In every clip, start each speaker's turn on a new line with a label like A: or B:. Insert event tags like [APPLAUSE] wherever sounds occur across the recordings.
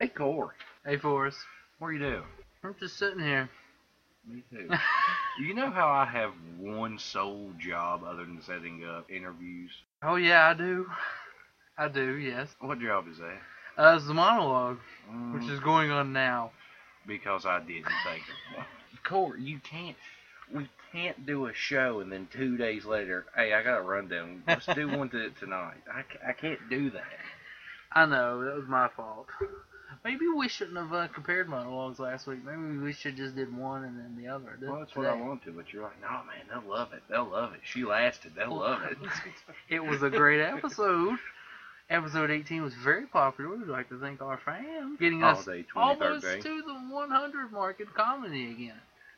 A: Hey, Corey.
B: Hey, Forrest.
A: What are you doing?
B: I'm just sitting here.
A: Me [LAUGHS] too. you know how I have one sole job other than setting up interviews?
B: oh, yeah, I do. I do, yes.
A: What job is that?
B: Uh, it's the monologue,
A: Mm,
B: which is going on now.
A: because I didn't take it. [LAUGHS] Corey, you can't. We can't do a show and then two days later, hey, I got a rundown. Let's do one to tonight. I, ca- I can't do that.
B: I know, that was my fault. Maybe we shouldn't have uh, compared monologues last week. Maybe we should just did one and then the other.
A: Well, that's what I
B: today.
A: want to, but you're like, no, man, they'll love it. They'll love it. She lasted. They'll love [LAUGHS] it.
B: It was a great episode. Episode 18 was very popular. We'd like to thank our fans. Getting
A: All
B: us
A: day, 23rd
B: almost
A: day.
B: to the 100 mark in comedy again.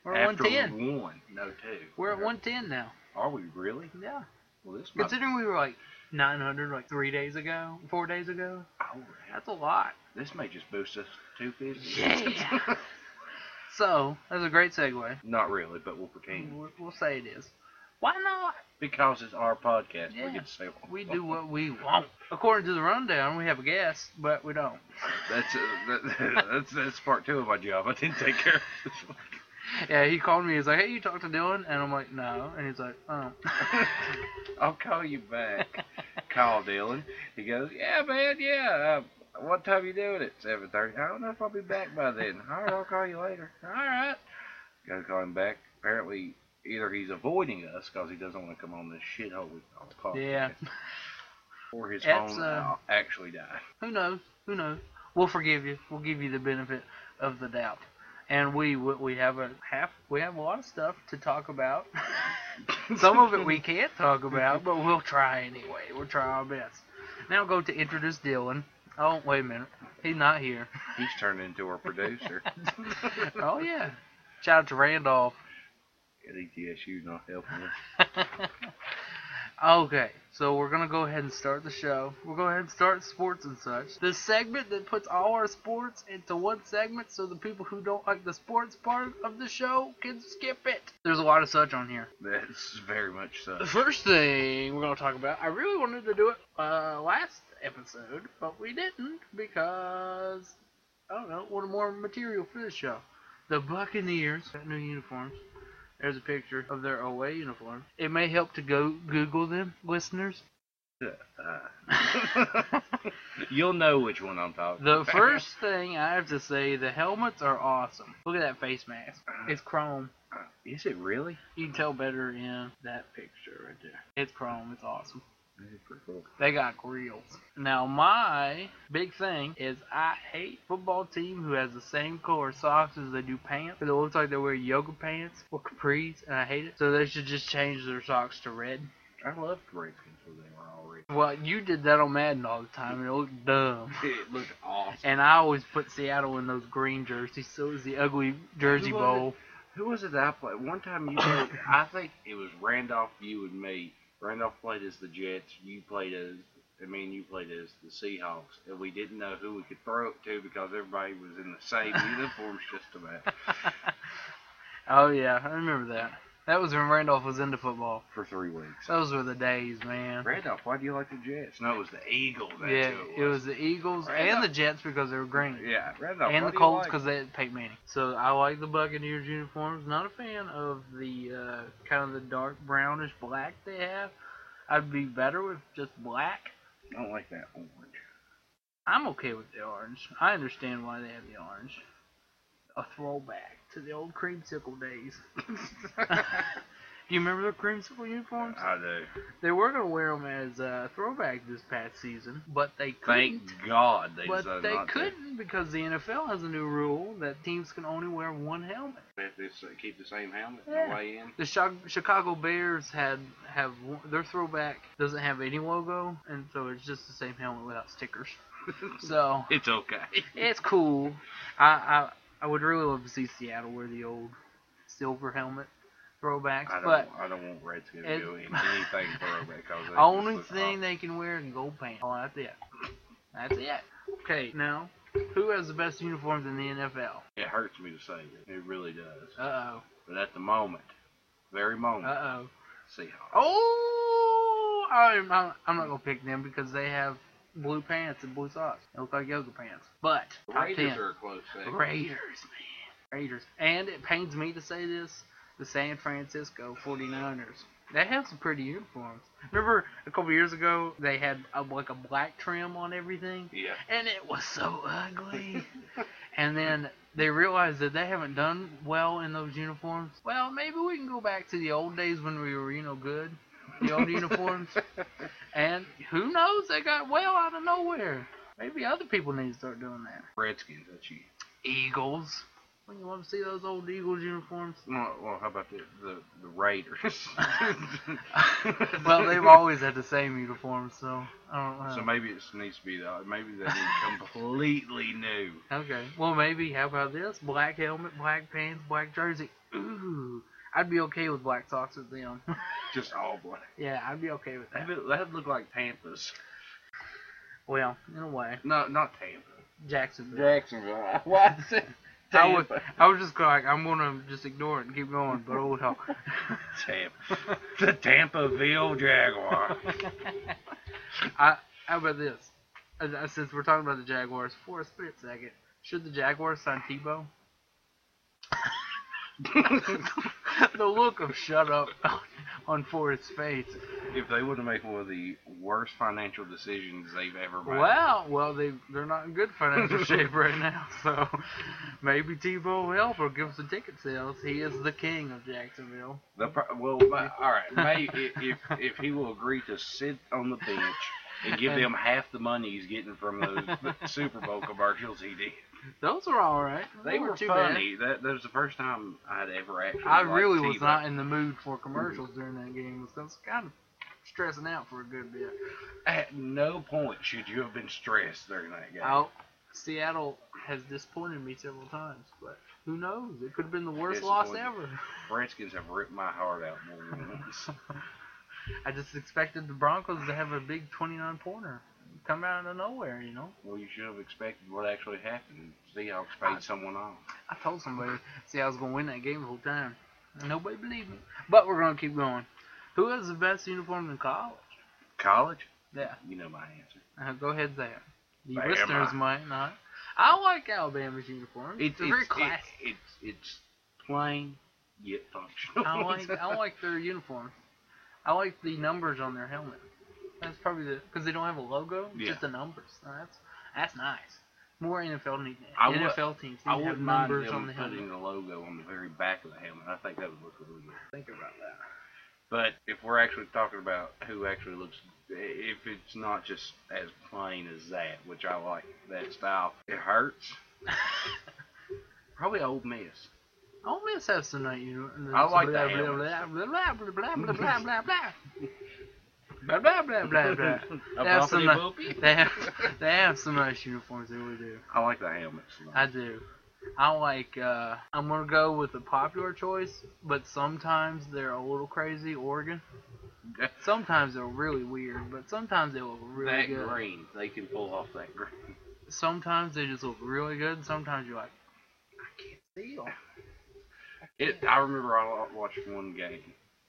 B: We're at
A: After
B: 110.
A: one, no two.
B: We're at 110 now.
A: Are we really?
B: Yeah.
A: Well, this might.
B: Considering we were like 900 like three days ago, four days ago,
A: Oh,
B: that's a lot.
A: this may just boost us to 250.
B: Yeah. So that's a great segue.
A: [LAUGHS] Not really, but we'll pretend
B: We'll, we'll say it is. Why not?
A: because it's our podcast.
B: Yeah.
A: We can say what
B: We do what we want. According to the rundown, we have a guest, but we don't.
A: That's uh, that, [LAUGHS] that's that's part two of my job. I didn't take care. of
B: Yeah, he called me. He's like, "Hey, you talked to Dylan?" And I'm like, "No." And he's like, "Oh." [LAUGHS]
A: this. I'll call you back. Call Dylan. He goes, yeah, man, yeah. Uh, what time you doing it? Seven thirty. I don't know if I'll be back by then. All right, I'll call you later. All right. Gotta call him back. Apparently, either he's avoiding us because he doesn't want to come on this shithole we call podcast.
B: Yeah.
A: Or his
B: That's,
A: phone
B: uh,
A: uh, actually died.
B: Who knows? Who knows? We'll forgive you. We'll give you the benefit of the doubt. And we we we have a half. We have a lot of stuff to talk about. [LAUGHS] [LAUGHS] Some of it we can't talk about, but we'll try anyway. We'll try our best. Now go to introduce Dylan. Oh wait a minute, he's not here.
A: [LAUGHS] He's turned into our
B: [LAUGHS]
A: producer.
B: Oh yeah, shout out to Randolph.
A: At ETSU, not helping us.
B: Okay, so we're gonna go ahead and start the show. We'll go ahead and start sports and such. The segment that puts all our sports into one segment, so the people who don't like the sports part of the show can skip it. There's a lot of such on here.
A: That's very much so.
B: The first thing we're gonna talk about, I really wanted to do it uh, last episode, but we didn't because I don't know, wanted more material for this show. The Buccaneers got new uniforms. There's a picture of their away uniform. It may help to go Google them, listeners.
A: Uh, [LAUGHS] you'll know which one I'm talking [LAUGHS]
B: The
A: about.
B: first thing I have to say, the helmets are awesome. Look at that face mask. It's chrome.
A: Is it really?
B: You can tell better in that picture right there. It's chrome. It's awesome.
A: That's pretty cool.
B: They got grills. Now my big thing is I hate football team who has the same color socks as they do pants. But it looks like they wear yoga pants or capris, and I hate it. So they should just change their socks to red.
A: I loved Redskins when they were all red.
B: Well, you did that on Madden all the time, and it looked dumb.
A: It looked awesome.
B: And I always put Seattle in those green jerseys, so it was the ugly jersey
A: Who was
B: bowl.
A: Who was it that I played? One time you played, I think it was Randolph, you and me. Randolph played as the Jets. You played as, I mean, you played as the Seahawks. And we didn't know who we could throw it to because everybody was in the
B: [LAUGHS]
A: same uniforms just about
B: oh yeah, I remember that. That was when Randolph was into football.
A: for three weeks.
B: Those were the days, man.
A: Randolph, why do you like the Jets? No, it was the Eagles. That's
B: yeah,
A: who
B: it was the Eagles and
A: Randolph-
B: the Jets because they were green.
A: Yeah, Randolph.
B: and
A: why
B: the
A: do you
B: Colts
A: like-
B: because they had Peyton Manning. So I like the Buccaneers uniforms. Not a fan of the uh, kind of the dark brownish black they have. I'd be better with just black.
A: I don't like that orange.
B: I'm okay with the orange. I understand why they have the orange. A throwback to the old creamsicle days. [LAUGHS] Do you remember the creamsicle uniforms?
A: [LAUGHS] Uh, I do.
B: They were gonna wear them as a throwback this past season, but they couldn't.
A: Thank God they
B: but
A: decided
B: they
A: not to.
B: couldn't because the NFL has a new rule that teams can only wear one helmet.
A: They have to s- uh, keep the same helmet
B: Yeah.
A: the way in. [LAUGHS]
B: The Chi- Chicago Bears had have one- their throwback doesn't have any logo, and so it's just the same helmet without stickers. So
A: It's okay.
B: it's cool. I, I I would really love to see Seattle wear the old silver helmet throwbacks,
A: I don't,
B: but
A: I don't want Redskins
B: it-
A: doing anything for Obey because
B: [LAUGHS] Only thing they can wear is gold paint. Oh, that's it. That's it. Okay, now, who has the best uniforms in the NFL?
A: it hurts me to say it. It really does.
B: Uh
A: But at the moment, very
B: oh.
A: moment,
B: Uh oh.
A: Seahawks.
B: Oh! I'm, I'm, I'm not going to pick them because they have blue pants and blue socks. They look like yoga pants. But top
A: Raiders
B: 10.
A: are a close second.
B: Raiders, man. Raiders. And it pains me to say this, the San Francisco 49ers. They have some pretty uniforms. Remember a couple years ago, they had a, like a black trim on everything?
A: Yeah.
B: And it was so ugly. and then they realized that they haven't done well in those uniforms. Well, maybe we can go back to the old days when we were, you know, good. The old uniforms. And who knows? They got well out of nowhere. Maybe other people need to start doing that.
A: Redskins, that's you.
B: Eagles. When you want to see those old Eagles uniforms?
A: Well, well, how about the the, the Raiders?
B: [LAUGHS]
A: [LAUGHS]
B: well, they've always had the same uniforms, so I don't know.
A: So maybe it needs to be that. Maybe they need [LAUGHS] completely new.
B: okay. Well, maybe. How about this? Black helmet, black pants, black jersey. Ooh. I'd be okay with black socks with them. [LAUGHS]
A: Just all black.
B: yeah, I'd be okay with that.
A: That'd, that'd look like Tampa's.
B: Well, in a way,
A: No, not Tampa.
B: Jacksonville.
A: Jacksonville. [LAUGHS] Why is it
B: I was, I was just like, I'm gonna just ignore it and keep going, but oh hell.
A: Tampa. [LAUGHS] The Tampaville Jaguar. [LAUGHS]
B: I how about this? As- as- Since we're talking about the Jaguars for a split second, should the Jaguars sign Tebow? [LAUGHS] the look of shut up on, on Forrest's face.
A: if they would have made one of the worst financial decisions they've ever made.
B: Well, well, they they're not in good financial shape right now, so maybe Tebow will help or give us the ticket sales. He is the king of Jacksonville.
A: The pro- well, ma- all right. May, i- if if he will agree to sit on the bench and give [LAUGHS] them half the money he's getting from those Super Bowl commercials he did.
B: Those were all right.
A: They were
B: too
A: funny. That, that was the first time I'd ever actually.
B: Bad. I
A: liked
B: really was
A: Tebow.
B: not in the mood for commercials during that game. So I was kind of stressing out for a good bit.
A: At no point should you have been stressed during that game.
B: out. Seattle has disappointed me several times, but who knows? It could have been the worst loss ever.
A: Disappointed. Redskins have ripped my heart out more than
B: [LAUGHS]
A: once.
B: I just expected the Broncos to have a big 29 pointer come out of nowhere, you know?
A: well, you should have expected what actually happened. Seahawks paid someone off.
B: I told somebody Seattle's going to win that game the whole time. Nobody believed me. But we're going to keep going. Who has the best uniform in college?
A: College?
B: Yeah.
A: You know my answer.
B: Uh, go ahead, there. The
A: Bama.
B: listeners might not. I like Alabama's uniform. It's, very classy.
A: It, it's it's plain yet functional.
B: [LAUGHS] I like I like their uniform. I like the numbers on their helmet. That's probably the because they don't have a logo,
A: Yeah.
B: just the numbers. Now That's that's nice. More NFL need
A: I would-
B: NFL teams need
A: I
B: to have
A: wouldn't mind
B: numbers
A: them
B: on the helmet. [LAUGHS]
A: putting the logo on the very back of the helmet. I think that would look really good.
B: Think about that.
A: But if we're actually talking about who actually looks, if it's not just as plain as that, which I like that style, it hurts. Probably Old [LAUGHS] Miss.
B: Ole Miss has some nice uniform.
A: I like
B: blah,
A: the
B: blah, blah, blah, blah, blah, blah, blah, blah, blah, blah. Blah blah blah blah blah.
A: A
B: They have, some,
A: [LAUGHS]
B: ni-
A: bumpity-boopy?
B: [LAUGHS] they, have, they have some nice uniforms. They really do.
A: I like the helmets. a lot.
B: I do. I like. Uh, I'm gonna go with the popular choice, but sometimes they're a little crazy. Oregon.
A: That-
B: Sometimes they're really weird, but sometimes they look really
A: that
B: good.
A: green, they can pull off that green.
B: Sometimes they just look really good. Sometimes you're like, I can't see [LAUGHS] them.
A: It. I remember I wa- watched one game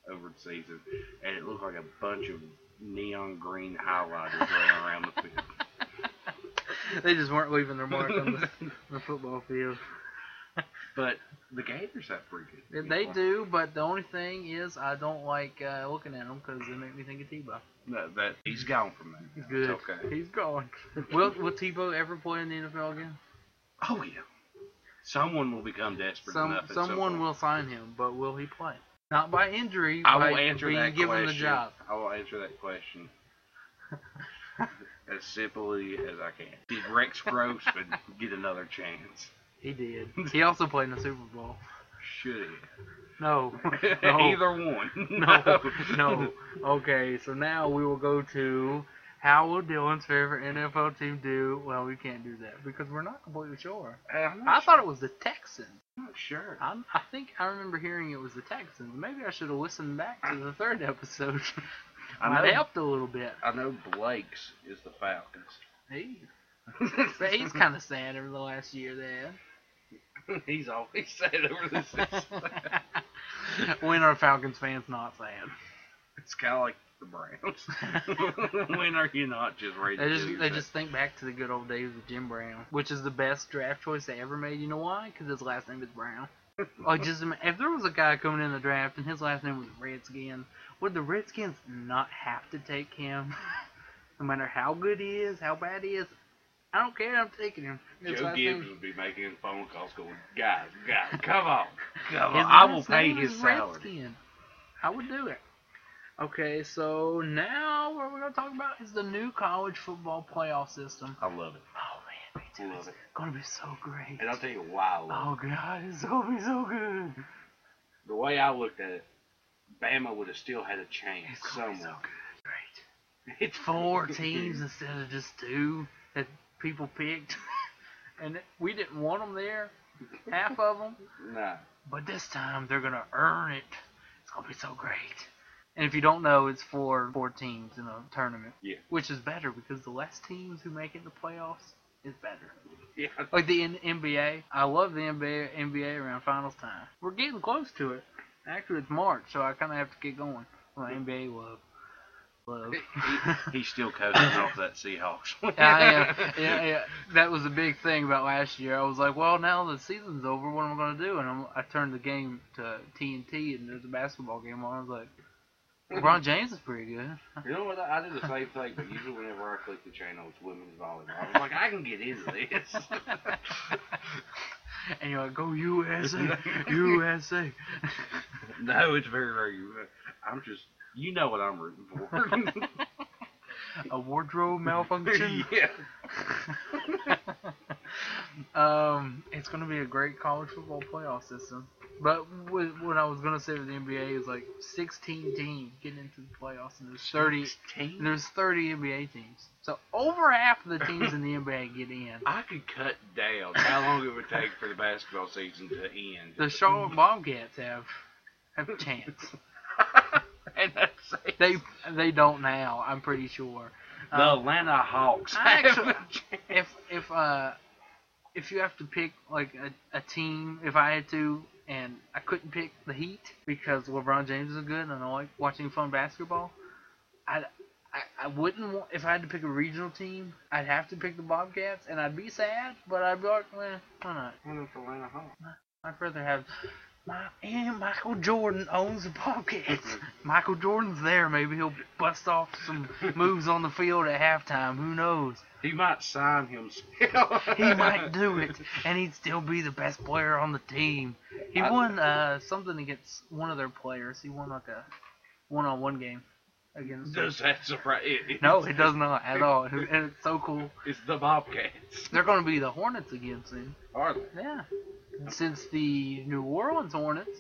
A: over the season, and it looked like a bunch of neon green highlighters running around the [LAUGHS] field.
B: they just weren't leaving their mark on [LAUGHS] the, the football field.
A: But the Gators have pretty
B: They-
A: good.
B: They do, but the only thing is I don't like uh, looking at them because they make me think of Tebow.
A: No, that he's gone from there. now.
B: Good.
A: It's okay.
B: He's gone. [LAUGHS] will Will Tebow ever play in the NFL again?
A: Oh yeah. Someone will become desperate
B: Some,
A: enough. at some
B: someone
A: point.
B: will sign him, but will he play? Not by injury.
A: I will
B: by
A: answer
B: being
A: that
B: given
A: question.
B: the job.
A: I will answer that
B: [LAUGHS]
A: question as simply as I can. Did Rex
B: [LAUGHS]
A: Grossman get another chance?
B: He did. He also played in the Super Bowl.
A: Should he?
B: No.
A: [LAUGHS]
B: no.
A: Either one.
B: [LAUGHS]
A: [LAUGHS]
B: no. No. Okay, so now we will go to how will Dylan's favorite NFL team do? Well, we can't do that because we're not completely sure.
A: Hey, I'm
B: I
A: not
B: thought it was the Texans.
A: I'm not sure.
B: I'm, I think I remember hearing it was the Texans. Maybe I should have listened back to the third episode.
A: I
B: Might
A: know,
B: helped a little bit.
A: I know Blake's is the Falcons.
B: Hey. [LAUGHS] But he's kind of sad over the last year there.
A: [LAUGHS]
B: [LAUGHS]
A: He's always said over the season.
B: when are Falcons fans not sad?
A: it's kind of like the Browns. [LAUGHS] when are you not just ready
B: They
A: to
B: just
A: do your
B: they
A: thing?
B: just think back to the good old days with Jim Brown, which is the best draft choice they ever made. You know why? Because his last name is
A: [LAUGHS]
B: Brown. like just ima- if there was a guy coming in the draft and his last name was Redskin, would the Redskins not have to take him? [LAUGHS] no matter how good he is, how bad he is, I don't care. I'm taking him. His
A: Joe
B: last
A: Gibbs
B: name-
A: would be making phone calls going, guys,
B: [LAUGHS]
A: guys, come on, come
B: his
A: on. I will
B: last
A: pay
B: name
A: his
B: is
A: salary.
B: Redskin. I would do it. Okay, so now what we're gonna talk about is the new college football playoff system.
A: I love it.
B: Oh man, me too.
A: Love
B: It's
A: it.
B: gonna be so great.
A: And I'll tell you why I love it.
B: Oh god, it's gonna be so good.
A: The way I looked at it, Bama would have still had a chance
B: It's gonna be so
A: somewhere.
B: good. Great.
A: It's
B: Four teams instead of just two that people picked, [LAUGHS] and we didn't want them there. Half of them,
A: [LAUGHS] Nah.
B: but this time they're gonna earn it. It's gonna be so great. And if you don't know, it's for four teams in a tournament.
A: Yeah.
B: Which is better because the less teams who make it in the playoffs is better.
A: Yeah.
B: [LAUGHS] Like the N- NBA, I love the NBA NBA around finals time. We're getting close to it. Actually, it's March, so I kind of have to get going. My NBA love, love.
A: He's still coasting off that Seahawks.
B: [LAUGHS] yeah, yeah, yeah, yeah. That was a big thing about last year. I was like, well, now the season's over. What am I going to do? And I'm, I turned the game to TNT, and there's a basketball game on. I was like,
A: [LAUGHS]
B: LeBron James is pretty good. [LAUGHS]
A: You know what? I do the same thing, but usually whenever I click the channel, it's women's volleyball. I'm like, I can get into this.
B: [LAUGHS] and you're like, go USA, USA.
A: no, it's very, very. uh, I'm just. You know what I'm rooting for.
B: [LAUGHS] a
A: [LAUGHS]
B: wardrobe malfunction.
A: yeah.
B: [LAUGHS] um, it's gonna be a great college football playoff system. But with, what I was gonna say with the NBA is like 16 teams getting into the playoffs, and there's 30, and there's 30 NBA teams. So over half of the teams in the NBA get in.
A: I could cut down how long it would take for the basketball season to end.
B: [LAUGHS] The Charlotte Bobcats have have a chance.
A: and that's it.
B: They they don't now. I'm pretty sure.
A: the Atlanta Hawks.
B: I
A: have [LAUGHS] a
B: actually-
A: chance.
B: if if uh if you have to pick like a, a team if I had to and I couldn't pick the Heat because LeBron James is good and I like watching fun basketball, I I, I wouldn't want if I had to pick a regional team I'd have to pick the Bobcats and I'd be sad but I'd be like eh, why not
A: Well, it's Atlanta Hawks.
B: I'd rather have my and Michael Jordan owns the Bobcats Michael Jordan's there maybe he'll bust off some moves on the field at halftime who knows
A: He might sign himself.
B: he might do it, and he'd still be the best player on the team. He
A: I-
B: won uh, something against one of their players. He won like a one-on-one game
A: [LAUGHS]
B: against.
A: Does that surprise? It,
B: No, it does not at all, and it's so cool.
A: It's the Bobcats.
B: They're going to be the Hornets again soon.
A: Are they?
B: Yeah, since the New Orleans Hornets,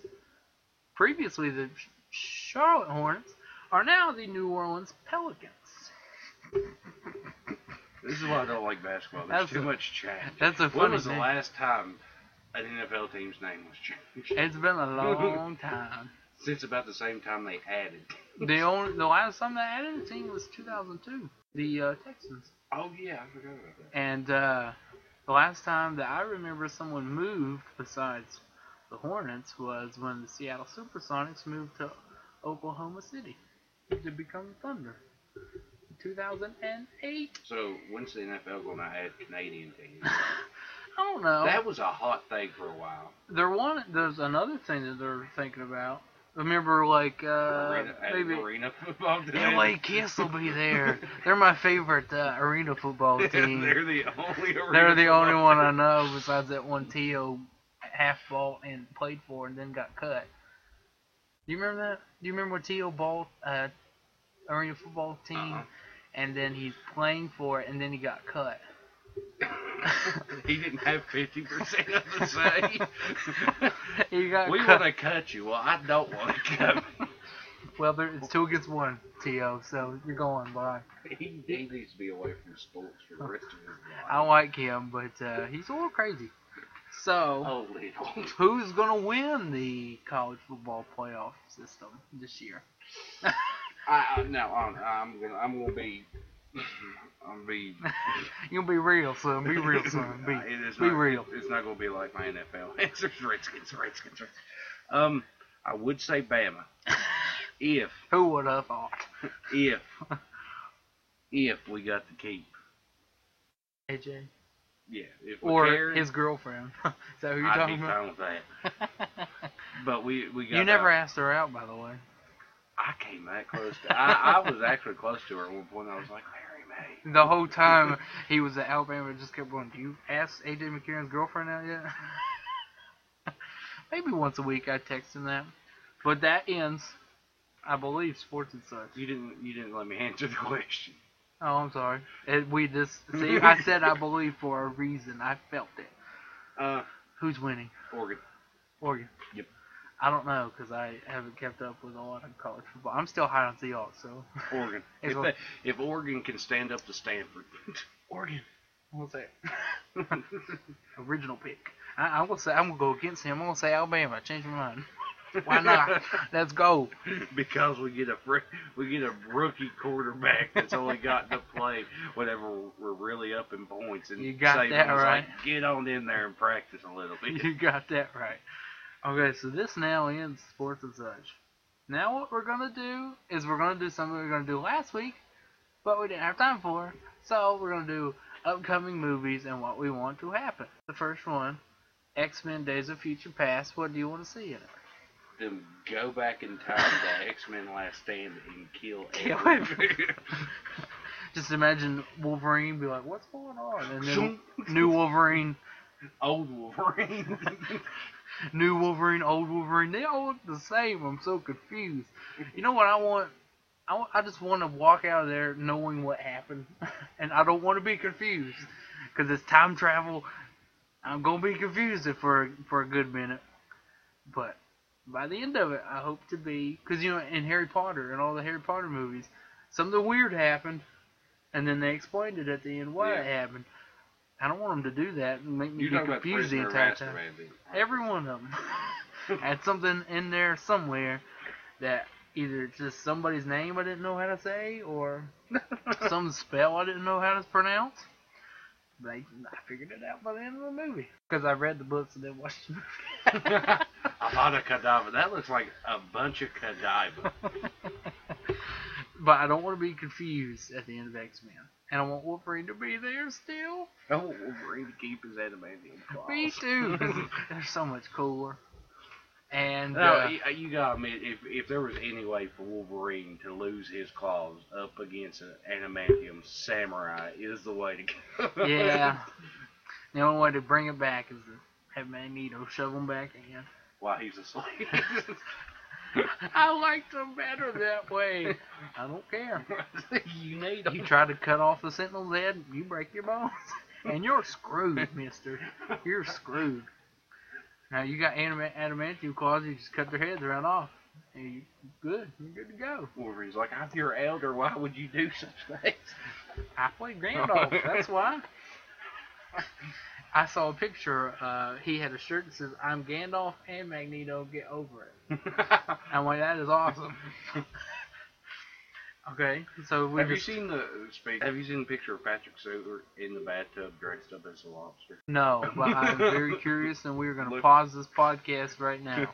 B: previously the Ch- Charlotte Hornets, are now the New Orleans Pelicans.
A: This is why I don't like basketball. There's
B: That's
A: too
B: a-
A: much chat.
B: That's a funny
A: When was the
B: thing.
A: last time an NFL team's name was changed?
B: It's been a long time.
A: [LAUGHS] Since about the same time they added.
B: The only the last time they added a team was 2002, the uh, Texans,
A: Oh yeah, I forgot about that.
B: and uh, the last time that I remember someone moved besides the Hornets was when the Seattle SuperSonics moved to Oklahoma City to become Thunder. 2008.
A: So when's the NFL going to add Canadian teams?
B: [LAUGHS] I don't know.
A: That was a hot thing for a while.
B: They're one. There's another thing that they're thinking about. Remember, like uh,
A: arena, add
B: maybe
A: arena football. to that.
B: LA Kiss will be
A: [LAUGHS]
B: there. They're my favorite uh, arena football team.
A: They're the only. Arena
B: They're the only
A: football
B: one I know besides that one T.O. half ball and played for and then got cut. Do you remember that? Do you remember when T.O. ball uh, arena football team
A: Uh-uh.
B: and then he's playing for it and then he got
A: [LAUGHS]
B: cut?
A: [LAUGHS] he didn't have fifty percent of
B: [LAUGHS]
A: the say.
B: he got
A: we
B: cut.
A: want to cut you. Well, I don't want to cut.
B: Well, there, it's two against one, T.O., so you're going, bye.
A: He, he needs to be away from sports for the rest of his life.
B: I like him, but uh, he's a little crazy. So,
A: Oh, little.
B: who's going to win the college football playoff system this year?
A: I, I, no, I'm, I'm gonna, I'm gonna be, [LAUGHS] I'm gonna be.
B: You'll be real, son.
A: [LAUGHS]
B: Be real, son. Be,
A: It is
B: be
A: not-
B: real.
A: It's not gonna be like my [LAUGHS] NFL. It's Redskins, Redskins, Redskins. Um, I would say Bama. If
B: Who would have thought?
A: if if we got the keep.
B: AJ.
A: Yeah. If we
B: Or
A: carry,
B: his girlfriend. [LAUGHS] Is that who you're
A: I'd
B: talking
A: be
B: about?
A: fine with that. But we we got
B: you never
A: our-
B: asked her out, by the way.
A: I came that close. To, I I was actually close to her at one point. I was like, marry me.
B: The whole time he was at Alabama, it just kept going, Do you ask AJ McCarron's girlfriend out yet? [LAUGHS] Maybe once a week I text him that. But that ends, I believe, sports and such.
A: You didn't you didn't let me answer the question.
B: Oh, I'm sorry. It, we just see. I said
A: [LAUGHS]
B: I believe for a reason. I felt it.
A: Uh,
B: Who's winning?
A: Oregon.
B: Oregon.
A: Yep.
B: I don't know because I haven't kept up with a lot of college football. I'm still high on Seahawks, so [LAUGHS]
A: Oregon.
B: Is
A: If,
B: what-
A: they, if Oregon can stand up to Stanford, [LAUGHS]
B: Oregon. What's that? Original pick. I, I will say I'm gonna go against him. I'm gonna say Alabama. I changed my mind. Why
A: [LAUGHS]
B: not? Let's go. [LAUGHS]
A: because we get a fr- we get a rookie quarterback that's only got to play whenever we're really up in points, and
B: You got
A: Saban's
B: that
A: like,
B: right.
A: get on in there and practice a little bit.
B: [LAUGHS] You got that right. Okay, so this now ends sports and such. Now what we're gonna do is we're gonna do something we were gonna do last week, but we didn't have time for. So we're gonna do upcoming movies and what we want to happen. The first one, X Men: Days of Future Past. What do you want to see in it?
A: Then go back in time to X Men Last Stand and kill
B: Kill
A: everyone. [LAUGHS]
B: Just imagine Wolverine be like, "What's going on?" And then
A: Zoom.
B: new Wolverine,
A: Old Wolverine. [LAUGHS]
B: new Wolverine, old Wolverine. They all look the same. I'm so confused. You know what I want? I, wa- I just want to walk out of there knowing what happened, [LAUGHS] and I don't want to be confused because it's time travel. I'm gonna be confused if for for a good minute, but by the end of it, I hope to be because you know in Harry Potter and all the Harry Potter movies, something weird happened, and then they explained it at the end why it
A: Yeah.
B: happened. I don't want them to do that and make me
A: you
B: be
A: talking about
B: confused the
A: prisoner
B: entire
A: master,
B: time.
A: Randy.
B: Every one of them [LAUGHS] had something in there somewhere that either it's just somebody's name I didn't know how to say or some spell I didn't know how to pronounce. They, I figured it out by the end of the movie because I read the books and then watched the [LAUGHS] movie.
A: Avada Kedavra. That looks like a bunch of [LAUGHS] Kadiba.
B: but I don't want to be confused at the end of X Men, and I want Wolverine to be there still.
A: I want Oh, Wolverine to keep his adamantium claws.
B: Me too. [LAUGHS] 'cause they're so much cooler. And
A: No,
B: uh,
A: you, you gotta admit, if, if there was any way for Wolverine to lose his claws up against an adamantium samurai, is the way to go.
B: yeah. The only way to bring it back is to have Magneto shove him back in.
A: [LAUGHS] While he's asleep.
B: [LAUGHS] I liked him better that way. I don't care.
A: you need
B: [LAUGHS] You
A: him.
B: try to cut off the Sentinel's head, you break your bones. [LAUGHS] And you're screwed, mister. You're screwed. Now you got anima- adamantium claws, you just cut their heads right off. And you good. You're good to go.
A: [LAUGHS] Wolverine's like, I'm your elder. Why would you do such things? [LAUGHS]
B: I played Gandalf, that's why. I saw a picture, uh, he had a shirt that says, I'm Gandalf and Magneto, get over it. I'm like, that is awesome. [LAUGHS] okay, so we
A: have you
B: just,
A: seen the speak? Have you seen the picture of Patrick Stewart in the bathtub dressed up as a lobster?
B: no, but I'm very curious, and we are going to
A: Look.
B: pause this podcast right
A: [LAUGHS]
B: now.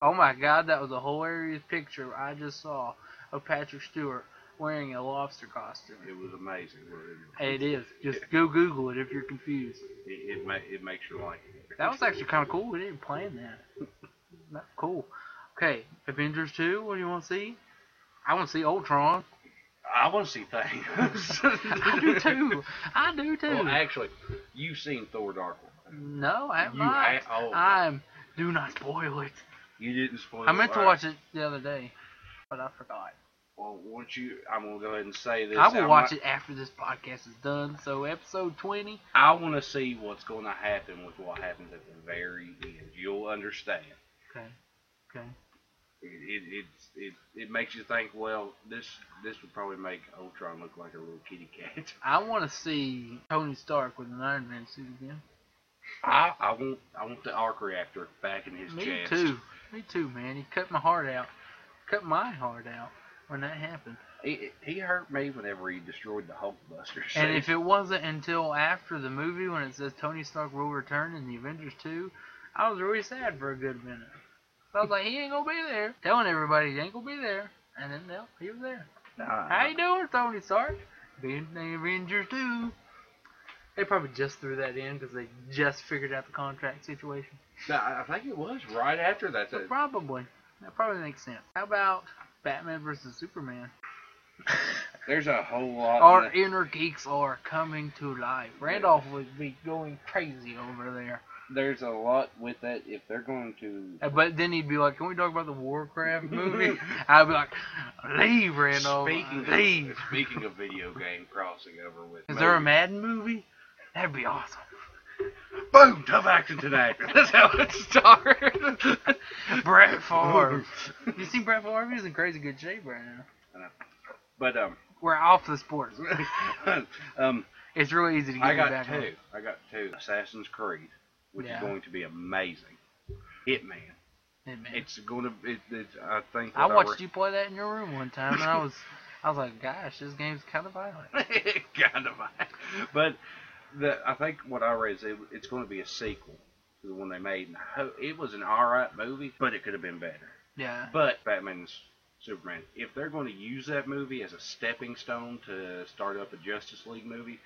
B: Oh my God, that was a hilarious picture I just saw of Patrick Stewart wearing a lobster costume.
A: it was amazing. wasn't
B: It is. Just go Google it if you're confused.
A: It, it, it, ma- it makes you like it.
B: That was actually kind of cool. We didn't plan that. That's cool. Okay, Avengers 2, what do you want to see? I want to see Ultron. [LAUGHS]
A: I want to see things.
B: I do too. I do
A: [LAUGHS]
B: too.
A: Well, actually, you've seen Thor: Dark World.
B: No, I have
A: You
B: not.
A: ha- oh,
B: I'm. Do not spoil it.
A: You didn't spoil.
B: I meant to
A: all
B: watch it the other day, but I forgot.
A: Well, once you, I'm gonna go ahead and say this.
B: I will watch it after this podcast is done. So episode 20.
A: I want to see what's going to happen with what happens at the very end. You'll understand.
B: Okay. Okay.
A: It it it it, it makes you think. Well, this this would probably make Ultron look like a little kitty cat. [LAUGHS]
B: I want to see Tony Stark with an Iron Man suit again.
A: I I want I want the arc reactor back in his
B: Me
A: chest.
B: too. Me too, man. He cut my heart out. Cut my heart out when that happened.
A: He, he hurt me whenever he destroyed the Hulkbuster.
B: And if it wasn't until after the movie when it says Tony Stark will return in the Avengers 2, I was really sad for a good minute. So I was like, he ain't gonna be there. Telling everybody he ain't gonna be there. And then no, he was there.
A: Uh,
B: How you doing, Tony Stark? Being the Avengers too. They probably just threw that in because they just figured out the contract situation.
A: No, I I think it was right after that.
B: So
A: that
B: probably. That probably makes sense. How about Batman versus Superman?
A: there's a whole lot.
B: Our
A: left.
B: inner geeks are coming to life. Randolph would be going crazy over there.
A: There's a lot with that if they're going to.
B: Uh, But then he'd be like, "Can we talk about
A: [LAUGHS]
B: the Warcraft movie?" I'd be like, "Leave, Randolph.
A: speaking
B: leave."
A: of, speaking of video game crossing over with.
B: Is there a
A: movies.
B: Madden movie? That'd be awesome.
A: Boom! Tough action tonight. [LAUGHS]
B: That's how it starts. Brett Favre. you see Brett Favre? He's in crazy good shape right now.
A: [LAUGHS] but um,
B: We're off the
A: [LAUGHS]
B: sports.
A: um,
B: It's really easy to get
A: I
B: me
A: got
B: back
A: two.
B: on.
A: I got two. Assassin's Creed, which
B: Yeah.
A: is going to be amazing. Hitman.
B: Hey, man.
A: It's going to. It, it, I think.
B: I
A: that
B: watched you play that in your room one time, and I was, I was like, "Gosh, this game's kind of violent."
A: [LAUGHS] kind of. But the, I think what I read is it, it's going to be a sequel to the one they made. And I ho- it was an alright movie, but it could have been better.
B: Yeah.
A: But Batman's Superman, if they're going to use that movie as a stepping stone to start up a Justice League movie,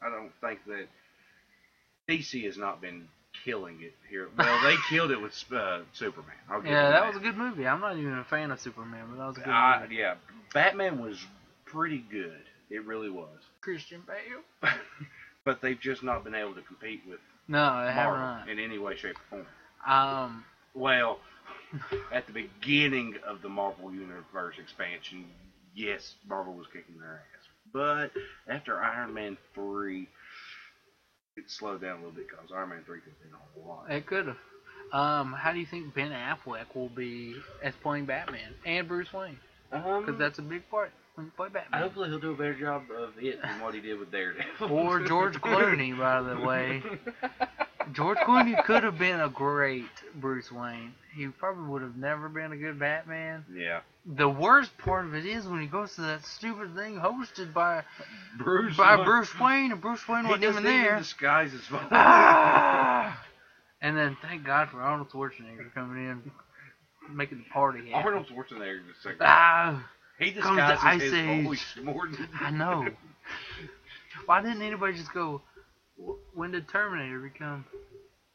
A: I don't think that DC has not been killing it here. Well,
B: [LAUGHS]
A: they killed it with uh, Superman. I'll give
B: Yeah,
A: them
B: that was a good movie. I'm not even a fan of Superman, but that was a good
A: I-
B: movie.
A: yeah, Batman was pretty good. It really was.
B: Christian Bale.
A: but they've just not been able to compete with
B: No, they
A: Marvel
B: haven't.
A: in any way, shape, or form.
B: Um,
A: Well, at the beginning of the Marvel Universe expansion, yes, Marvel was kicking their ass. But after Iron Man 3, it slowed down a little bit because Iron Man 3 could have been a whole lot.
B: it could have. Um, how do you think Ben Affleck will be as playing Batman and Bruce Wayne? Because
A: Um,
B: that's a big part when you play Batman.
A: hopefully he'll do a better job of it than what he did with Daredevil.
B: Or
A: [LAUGHS]
B: George Clooney, by the way. George Clooney could have been a great Bruce Wayne. He probably would have never been a good Batman.
A: Yeah.
B: The worst part of it is when he goes to that stupid thing hosted by
A: Bruce.
B: by
A: Wayne-
B: Bruce Wayne, and Bruce Wayne
A: He
B: wasn't
A: doesn't
B: even
A: even
B: [SIGHS] there.
A: disguise his voice.
B: [LAUGHS] Ah! and then thank God for Arnold Schwarzenegger coming in, making the party happen.
A: Arnold Schwarzenegger is like,
B: Ah,
A: He
B: Come to
A: disguises
B: Ice
A: his
B: Age.
A: voice more than
B: I know. Why didn't anybody just go? "Wh- When did Terminator become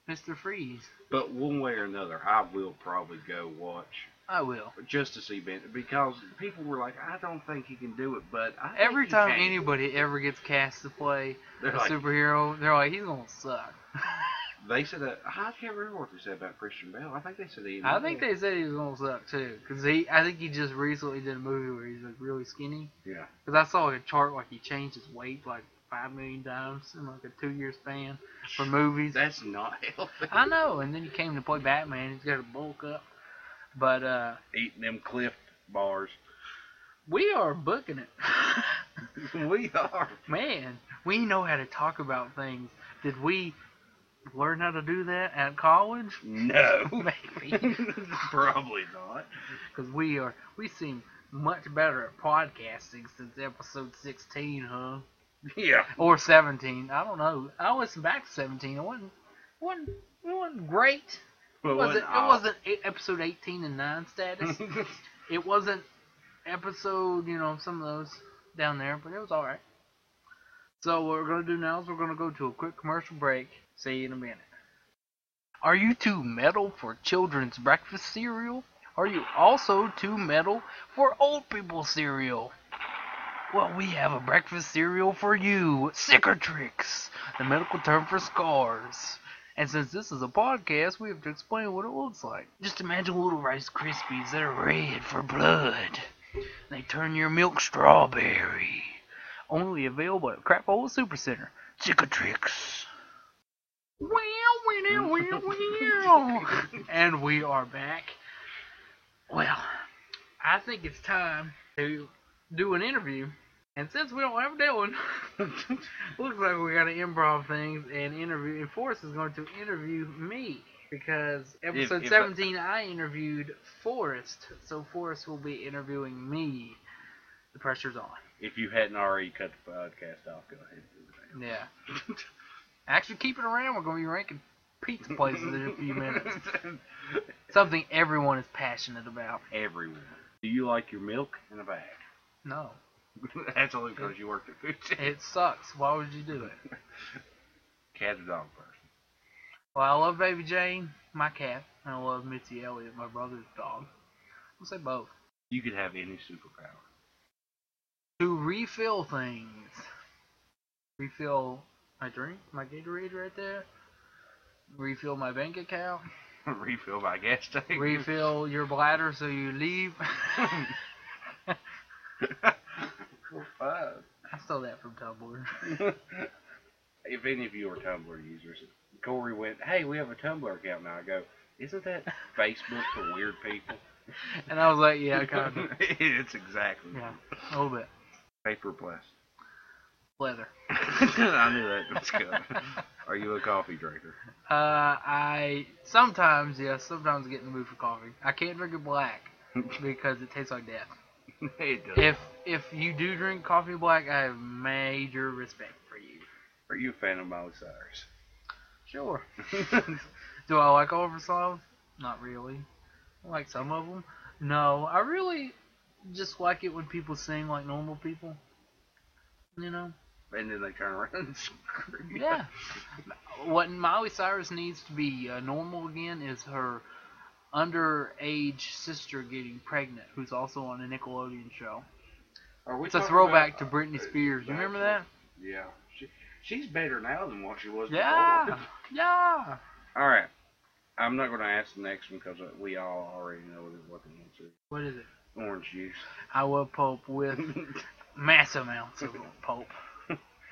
B: Mr. Freeze?
A: But one way or another, I will probably go watch
B: I will.
A: just to see Ben because people were like, I don't think he can do it, but I think
B: Every
A: he
B: time
A: can."
B: anybody ever gets cast to play
A: [LAUGHS] They're
B: a
A: like-
B: superhero, they're like, he's gonna suck.
A: they said that I can't remember what they said about Christian Bale. I think they said he.
B: I think they said he was gonna suck too, cause he. I think he just recently did a movie where he's like really skinny.
A: Yeah.
B: Cause I saw a chart like he changed his weight like five million times in like a two year span for movies.
A: That's not
B: [LAUGHS]
A: healthy.
B: I know, and then he came to play Batman. He's got to bulk up. But uh,
A: Eating them Cliff
B: [LAUGHS]
A: bars.
B: we are booking it, [LAUGHS]
A: we are.
B: man. We know how to talk about things. Did we learn how to do that at college?
A: No.
B: Maybe,
A: [LAUGHS] probably not.
B: because we are. We seem much better at podcasting since episode sixteen, huh?
A: Yeah.
B: or 17. I don't know. I listened back to 17. It wasn't, wasn't, it wasn't great. It
A: But
B: wasn't, it
A: uh,
B: wasn't e- episode 18 and 9 status. it wasn't episode, you know, some of those down there, but it was alright. So, what we're going to do now is we're going to go to a quick commercial break. See you in a minute. Are you too metal for children's breakfast cereal? Are you also too metal for old people cereal? Well, we have a breakfast cereal for you, Cicatrix, the medical term for scars. And since this is a podcast, we have to explain what it looks like. Just imagine little Rice Krispies that are red for blood. They turn your milk strawberry. Only available at Crapola Supercenter. Cicatrix. Well, well, well, well. and we are back. Well, I think it's time to do an interview. And since we don't have Dylan, [LAUGHS] looks like we got to improv things and interview. And Forrest is going to interview me because episode
A: if I-
B: 17 I interviewed Forrest, so Forrest will be interviewing me. The pressure's on.
A: [LAUGHS] if you hadn't already cut the podcast off, go ahead. and do that.
B: Yeah. Actually, keep it around. We're going to be ranking
A: [LAUGHS]
B: pizza places in a few minutes. Something everyone is passionate about.
A: Everyone. Do you like your milk in a bag? [LAUGHS]
B: No,
A: That's only because you worked at food [LAUGHS] stamps.
B: it sucks. Why would you do it?
A: Cat or dog person.
B: Well, I love Baby Jane, my cat, and I love Mitzi Elliott, my brother's dog. I'll say both.
A: You could have any superpower. [LAUGHS]
B: To refill things. Refill my drink, my Gatorade right there. Refill my bank account.
A: Refill my [LAUGHS] gas tank.
B: refill your bladder so you leave. [LAUGHS] I
A: We're fine.
B: stole that from Tumblr.
A: [LAUGHS] if any of you are Tumblr users, Corey went, "Hey, we have a Tumblr account now." I go, "Isn't that Facebook for weird people?"
B: And I was like, [LAUGHS] yeah, kind of.
A: [LAUGHS] it's exactly
B: Yeah, a little bit.
A: paper plus. [LAUGHS]
B: Leather.
A: I knew that was coming. [LAUGHS] are you a coffee drinker?
B: [LAUGHS]
A: [LAUGHS]
B: Uh, I sometimes, yeah, sometimes get in the mood for coffee. I can't drink it black because it tastes like death.
A: it does.
B: If if you do drink coffee black, I have major respect for you.
A: Are you a fan of Miley Cyrus? [LAUGHS]
B: Sure. Do I like Oliver Sloan? Not really. I like some of them. No, I really just like it when people sing like normal people. You know?
A: and then they turn around and [LAUGHS] scream.
B: Yeah. what Miley Cyrus needs to be uh, normal again is her underage sister getting pregnant, who's also on a Nickelodeon show.
A: Are we
B: It's a
A: talking
B: throwback
A: about-
B: to Britney Spears. You remember that?
A: Yeah. She, she's better now than what she was
B: Yeah.
A: before.
B: Yeah.
A: [LAUGHS] All right. I'm not going to ask the next one because we all already know what the answer is.
B: What is it?
A: Orange juice. [LAUGHS]
B: I will pulp with mass amounts of pulp.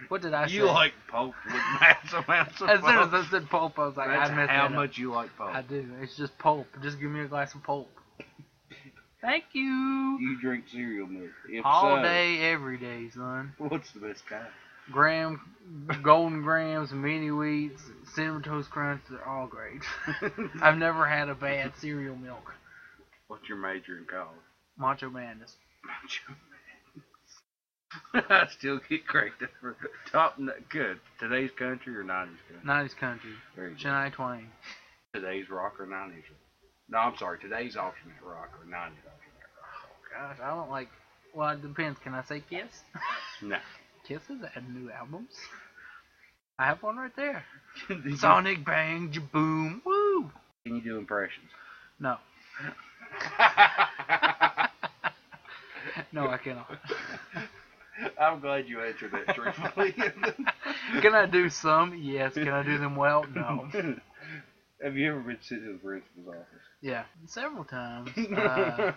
B: What did I say?
A: you like pulp with [LAUGHS] mass amounts of
B: [LAUGHS] As soon as
A: pulp.
B: I said pulp, I was like,
A: That's
B: I messed
A: how
B: that
A: much you like pulp.
B: Up. I do. It's just pulp. Just give me a glass of pulp. Thank you.
A: You drink cereal milk. If
B: All
A: so,
B: day, every day, son.
A: What's the best
B: [LAUGHS]
A: kind?
B: Graham, golden grams, mini wheats, cinnamon toast crunch. They're all great. [LAUGHS] I've never had a bad cereal milk.
A: What's your major in college?
B: Macho Madness.
A: I [LAUGHS] still get cranked up for top. n- Good. Today's country or 90s country?
B: 90s country.
A: Very good.
B: Shania Twain.
A: Today's rock or 90s rock? No, I'm sorry. Today's alternate rock or 90s alternate rock?
B: Gosh, I don't like. Well, it depends. Can I say Kiss? [LAUGHS]
A: No. [LAUGHS]
B: Kiss has had new albums. I have one right there.
A: Can you-
B: Sonic Bang Jaboom. Woo! [LAUGHS]
A: Can you do impressions?
B: No, no, I cannot.
A: [LAUGHS] I'm glad you answered that truthfully.
B: [LAUGHS]
A: [LAUGHS]
B: Can I do some? Yes. Can I do them well? No. [LAUGHS]
A: Have you ever been sitting in the principal's office?
B: Yeah, several times.
A: [LAUGHS]
B: Uh,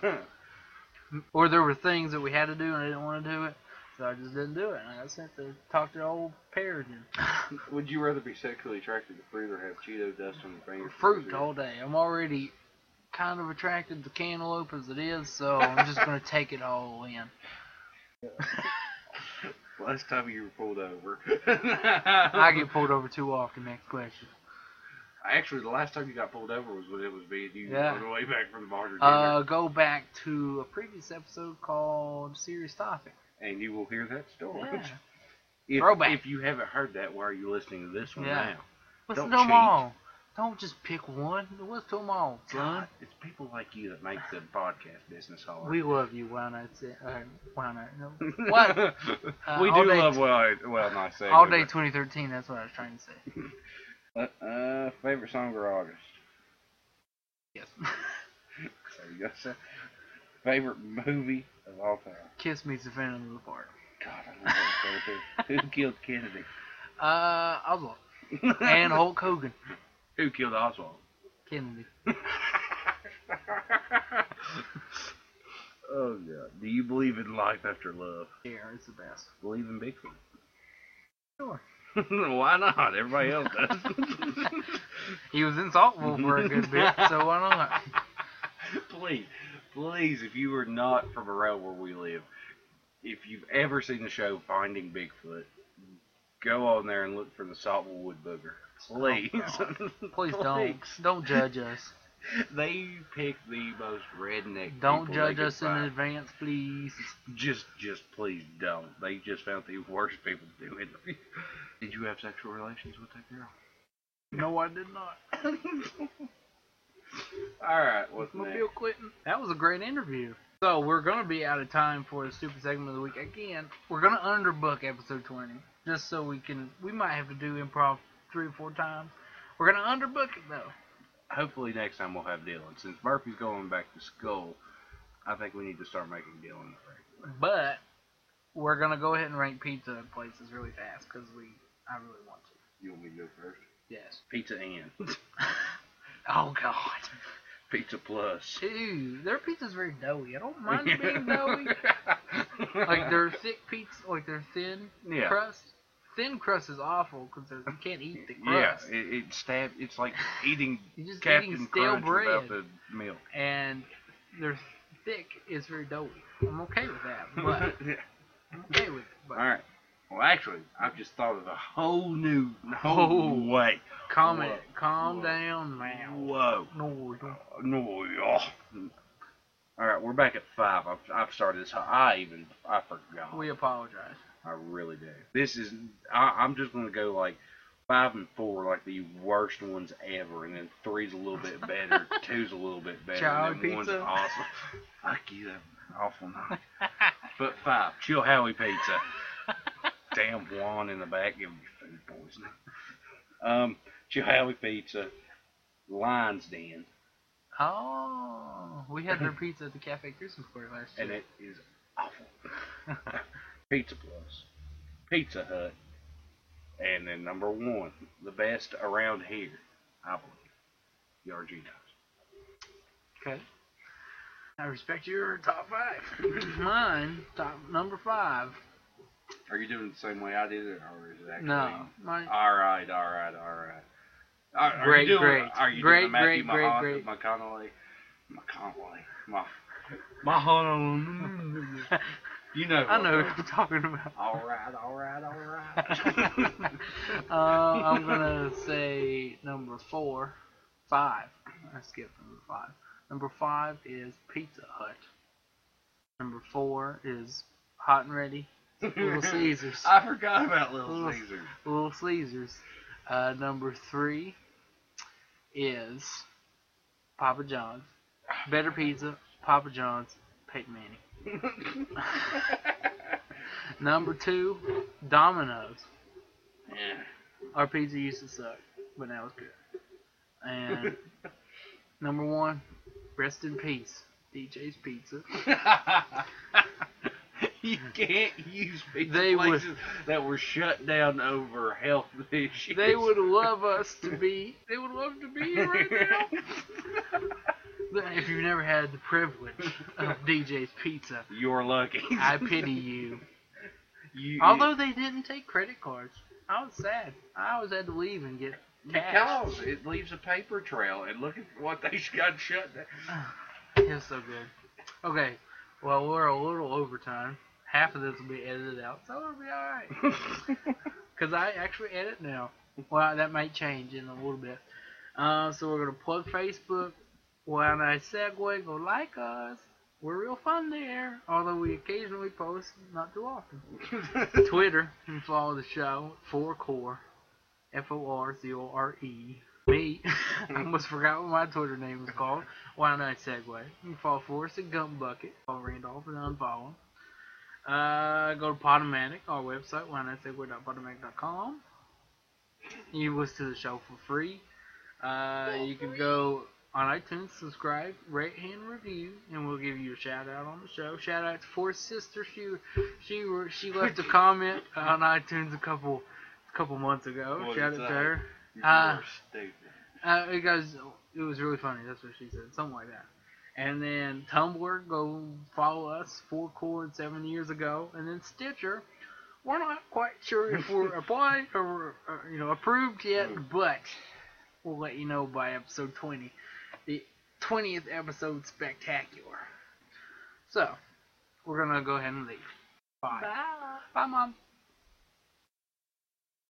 B: or there were things that we had to do and I didn't want to do it, so I just didn't do it. And I got sent to talk to the old parent. and-
A: Would you rather be sexually attracted to fruit or have Cheeto dust on your fingers?
B: Fruit all day. I'm already kind of attracted to cantaloupe as it is, so I'm just gonna take it all in.
A: Last time you were pulled over.
B: I get pulled over too often. Next question.
A: [LAUGHS] Actually, the last time you got pulled over was when it was me and you
B: Yeah.
A: on the way back from the bar.
B: Uh, go back to a previous episode called Serious Topic.
A: and you will hear that story.
B: Yeah.
A: [LAUGHS] If,
B: Throwback.
A: if you haven't heard that, why are you listening to this one
B: Yeah.
A: now?
B: Listen
A: Don't
B: to them
A: cheat.
B: all. Don't just pick one. Listen to them all, son.
A: God, it's people like you that make the podcast business hard. [LAUGHS]
B: We love you, Why not? Say, uh, why not? No. What?
A: [LAUGHS]
B: Uh,
A: we
B: all
A: do
B: day-
A: love well, I- well, not saying
B: All day 2013. That's what I was trying to say.
A: Uh, favorite song for August.
B: Yes. [LAUGHS]
A: There you go. sir. Favorite movie of all time.
B: Kiss me's the Phantom of the Park.
A: God, I love that story too. Who killed Kennedy?
B: Uh, Oswald
A: [LAUGHS]
B: and Hulk Hogan.
A: Who killed Oswald?
B: Kennedy.
A: [LAUGHS] oh God. Do you believe in life after love?
B: Yeah, it's the best.
A: Believe in Bigfoot?
B: Sure.
A: [LAUGHS] Why not? Everybody else does. [LAUGHS]
B: He was in Saltville for [LAUGHS] a good bit, so why not?
A: [LAUGHS] please, please, if you are not from around where we live, if you've ever seen the show Finding Bigfoot, go on there and look for the saltwood wood booger. Please.
B: [LAUGHS] Please don't. Don't judge us.
A: They pick the most redneck.
B: Don't
A: people they
B: judge
A: could
B: us in
A: find.
B: advance, please.
A: Just, just please don't. They [LAUGHS] just found the worst people to do it. Did you have sexual relations with that girl?
B: No, I did not.
A: [LAUGHS] All right, what's
B: With
A: next?
B: Bill Clinton. That was a great interview. So we're gonna be out of time for the stupid segment of the week again. We're gonna underbook episode twenty just so we can. We might have to do improv three or four times. We're gonna underbook it though.
A: Hopefully next time we'll have Dylan. Since Murphy's going back to school, I think we need to start making Dylan the regular.
B: But we're gonna go ahead and rank pizza places really fast because we. I really want to.
A: You want me to go first?
B: Yes.
A: Pizza and [LAUGHS]
B: oh God.
A: Pizza Plus.
B: Two. Their pizza's very doughy. I don't mind
A: [LAUGHS]
B: it being doughy. Like [LAUGHS] their thick pizza, like their thin
A: yeah.
B: crust. Thin crust is awful because you can't eat the
A: Yeah,
B: crust.
A: it, it stab. It's like eating
B: You're just eating
A: Captain
B: stale
A: Crunch without
B: bread,
A: the
B: [LAUGHS]
A: milk.
B: and they're thick. It's very doughy. I'm okay with that,
A: [LAUGHS]
B: but I'm okay with it. But
A: All right. Well, actually, I've just thought of a whole new, whole
B: Oh.
A: new way.
B: calm it,
A: Whoa,
B: calm
A: whoa,
B: down now.
A: Whoa.
B: No, don't.
A: No, yeah. All right, we're back at five. I've, I've started this. I even I forgot.
B: We apologize.
A: I really do. This is. I, I'm just gonna go like five and four, like the worst ones ever, and then three's a little bit better, two's a little bit better,
B: Child
A: and then one's
B: pizza.
A: awesome. Fuck you, that awful night. but five, chill Howie pizza. Damn Juan in the back giving me food poisoning. Um, chill Howie pizza, Lions Den,
B: Oh, we [LAUGHS] had their pizza at the Cafe Christmas party last year.
A: and it is awful. [LAUGHS] pizza Plus, Pizza Hut, and then number one, the best around here, I believe, Yargino's.
B: Okay. I respect your top five. [LAUGHS] Mine, top number five.
A: Are you doing it the same way I did it, or is it actually?
B: No, mine.
A: All right, all right, all right. Are, are
B: Great,
A: you doing,
B: great.
A: Are you
B: Great,
A: doing Matthew
B: great, great,
A: Mahon-
B: great.
A: McConaughey? McConaughey. My, my
B: uh, [LAUGHS] mm.
A: Honolulu. [LAUGHS] You know.
B: I know
A: what
B: who I'm talking about.
A: I'm-
B: [LAUGHS]
A: All right, all right, all right.
B: uh, I'm gonna say number four, five. I skipped number five. Number five is Pizza Hut. Number four is Hot and Ready.
A: [LAUGHS]
B: Little Caesars.
A: I forgot about Little
B: Little-
A: Caesars.
B: Little Caesars. Uh, number three is Papa John's. Better pizza, Papa John's, Peyton Manning.
A: [LAUGHS]
B: Number two, Domino's.
A: yeah.
B: Our pizza used to suck, but now it's good.
A: [LAUGHS]
B: And number one, rest in peace, DJ's Pizza.
A: you can't use pizza
B: They would-
A: places that were shut down over health issues. [LAUGHS]
B: They would love us to be. They would love to be here right
A: [LAUGHS]
B: now. If you've never had the privilege of DJ's Pizza,
A: You're lucky.
B: I pity you.
A: [LAUGHS] you.
B: Although they didn't take credit cards, I was sad. I always had to leave and get cash.
A: because it leaves a paper trail, and look at what they got shut
B: [LAUGHS]
A: down.
B: It was so good. Okay, well we're a little over time. Half of this will be edited out, so it'll be all right. Because I actually edit now. Well, that might change in a little bit. Uh, so we're going to plug Facebook. When I segue, go like us. We're real fun there, although we occasionally post, not too often. Twitter, you can follow the show, for core F O R C O R E. Me, [LAUGHS] I almost forgot what my Twitter name is called. Why not segue? You can follow Forrest at Gumbucket, follow Randolph and unfollow him. Uh, go to Podomatic, our website, why not segue.podomatic.com. You can listen to the show for free. Uh, you can go on iTunes, subscribe, rate, and review, and we'll give you a shout out on the show. Shout out to Four Sister. She she she left a comment on iTunes a couple couple months ago.
A: What
B: shout out
A: is
B: to
A: that?
B: her.
A: [LAUGHS] You're
B: Ah.
A: stupid.
B: Uh, it goes. It was really funny. That's what she said. Something like that. And then Tumblr, go follow us. Four chord seven years ago, and then Stitcher. We're not quite sure if we're applied or, or you know approved yet, but we'll let you know by episode twenty, the twentieth episode spectacular. So we're gonna go ahead and leave. Bye. Bye, Mom.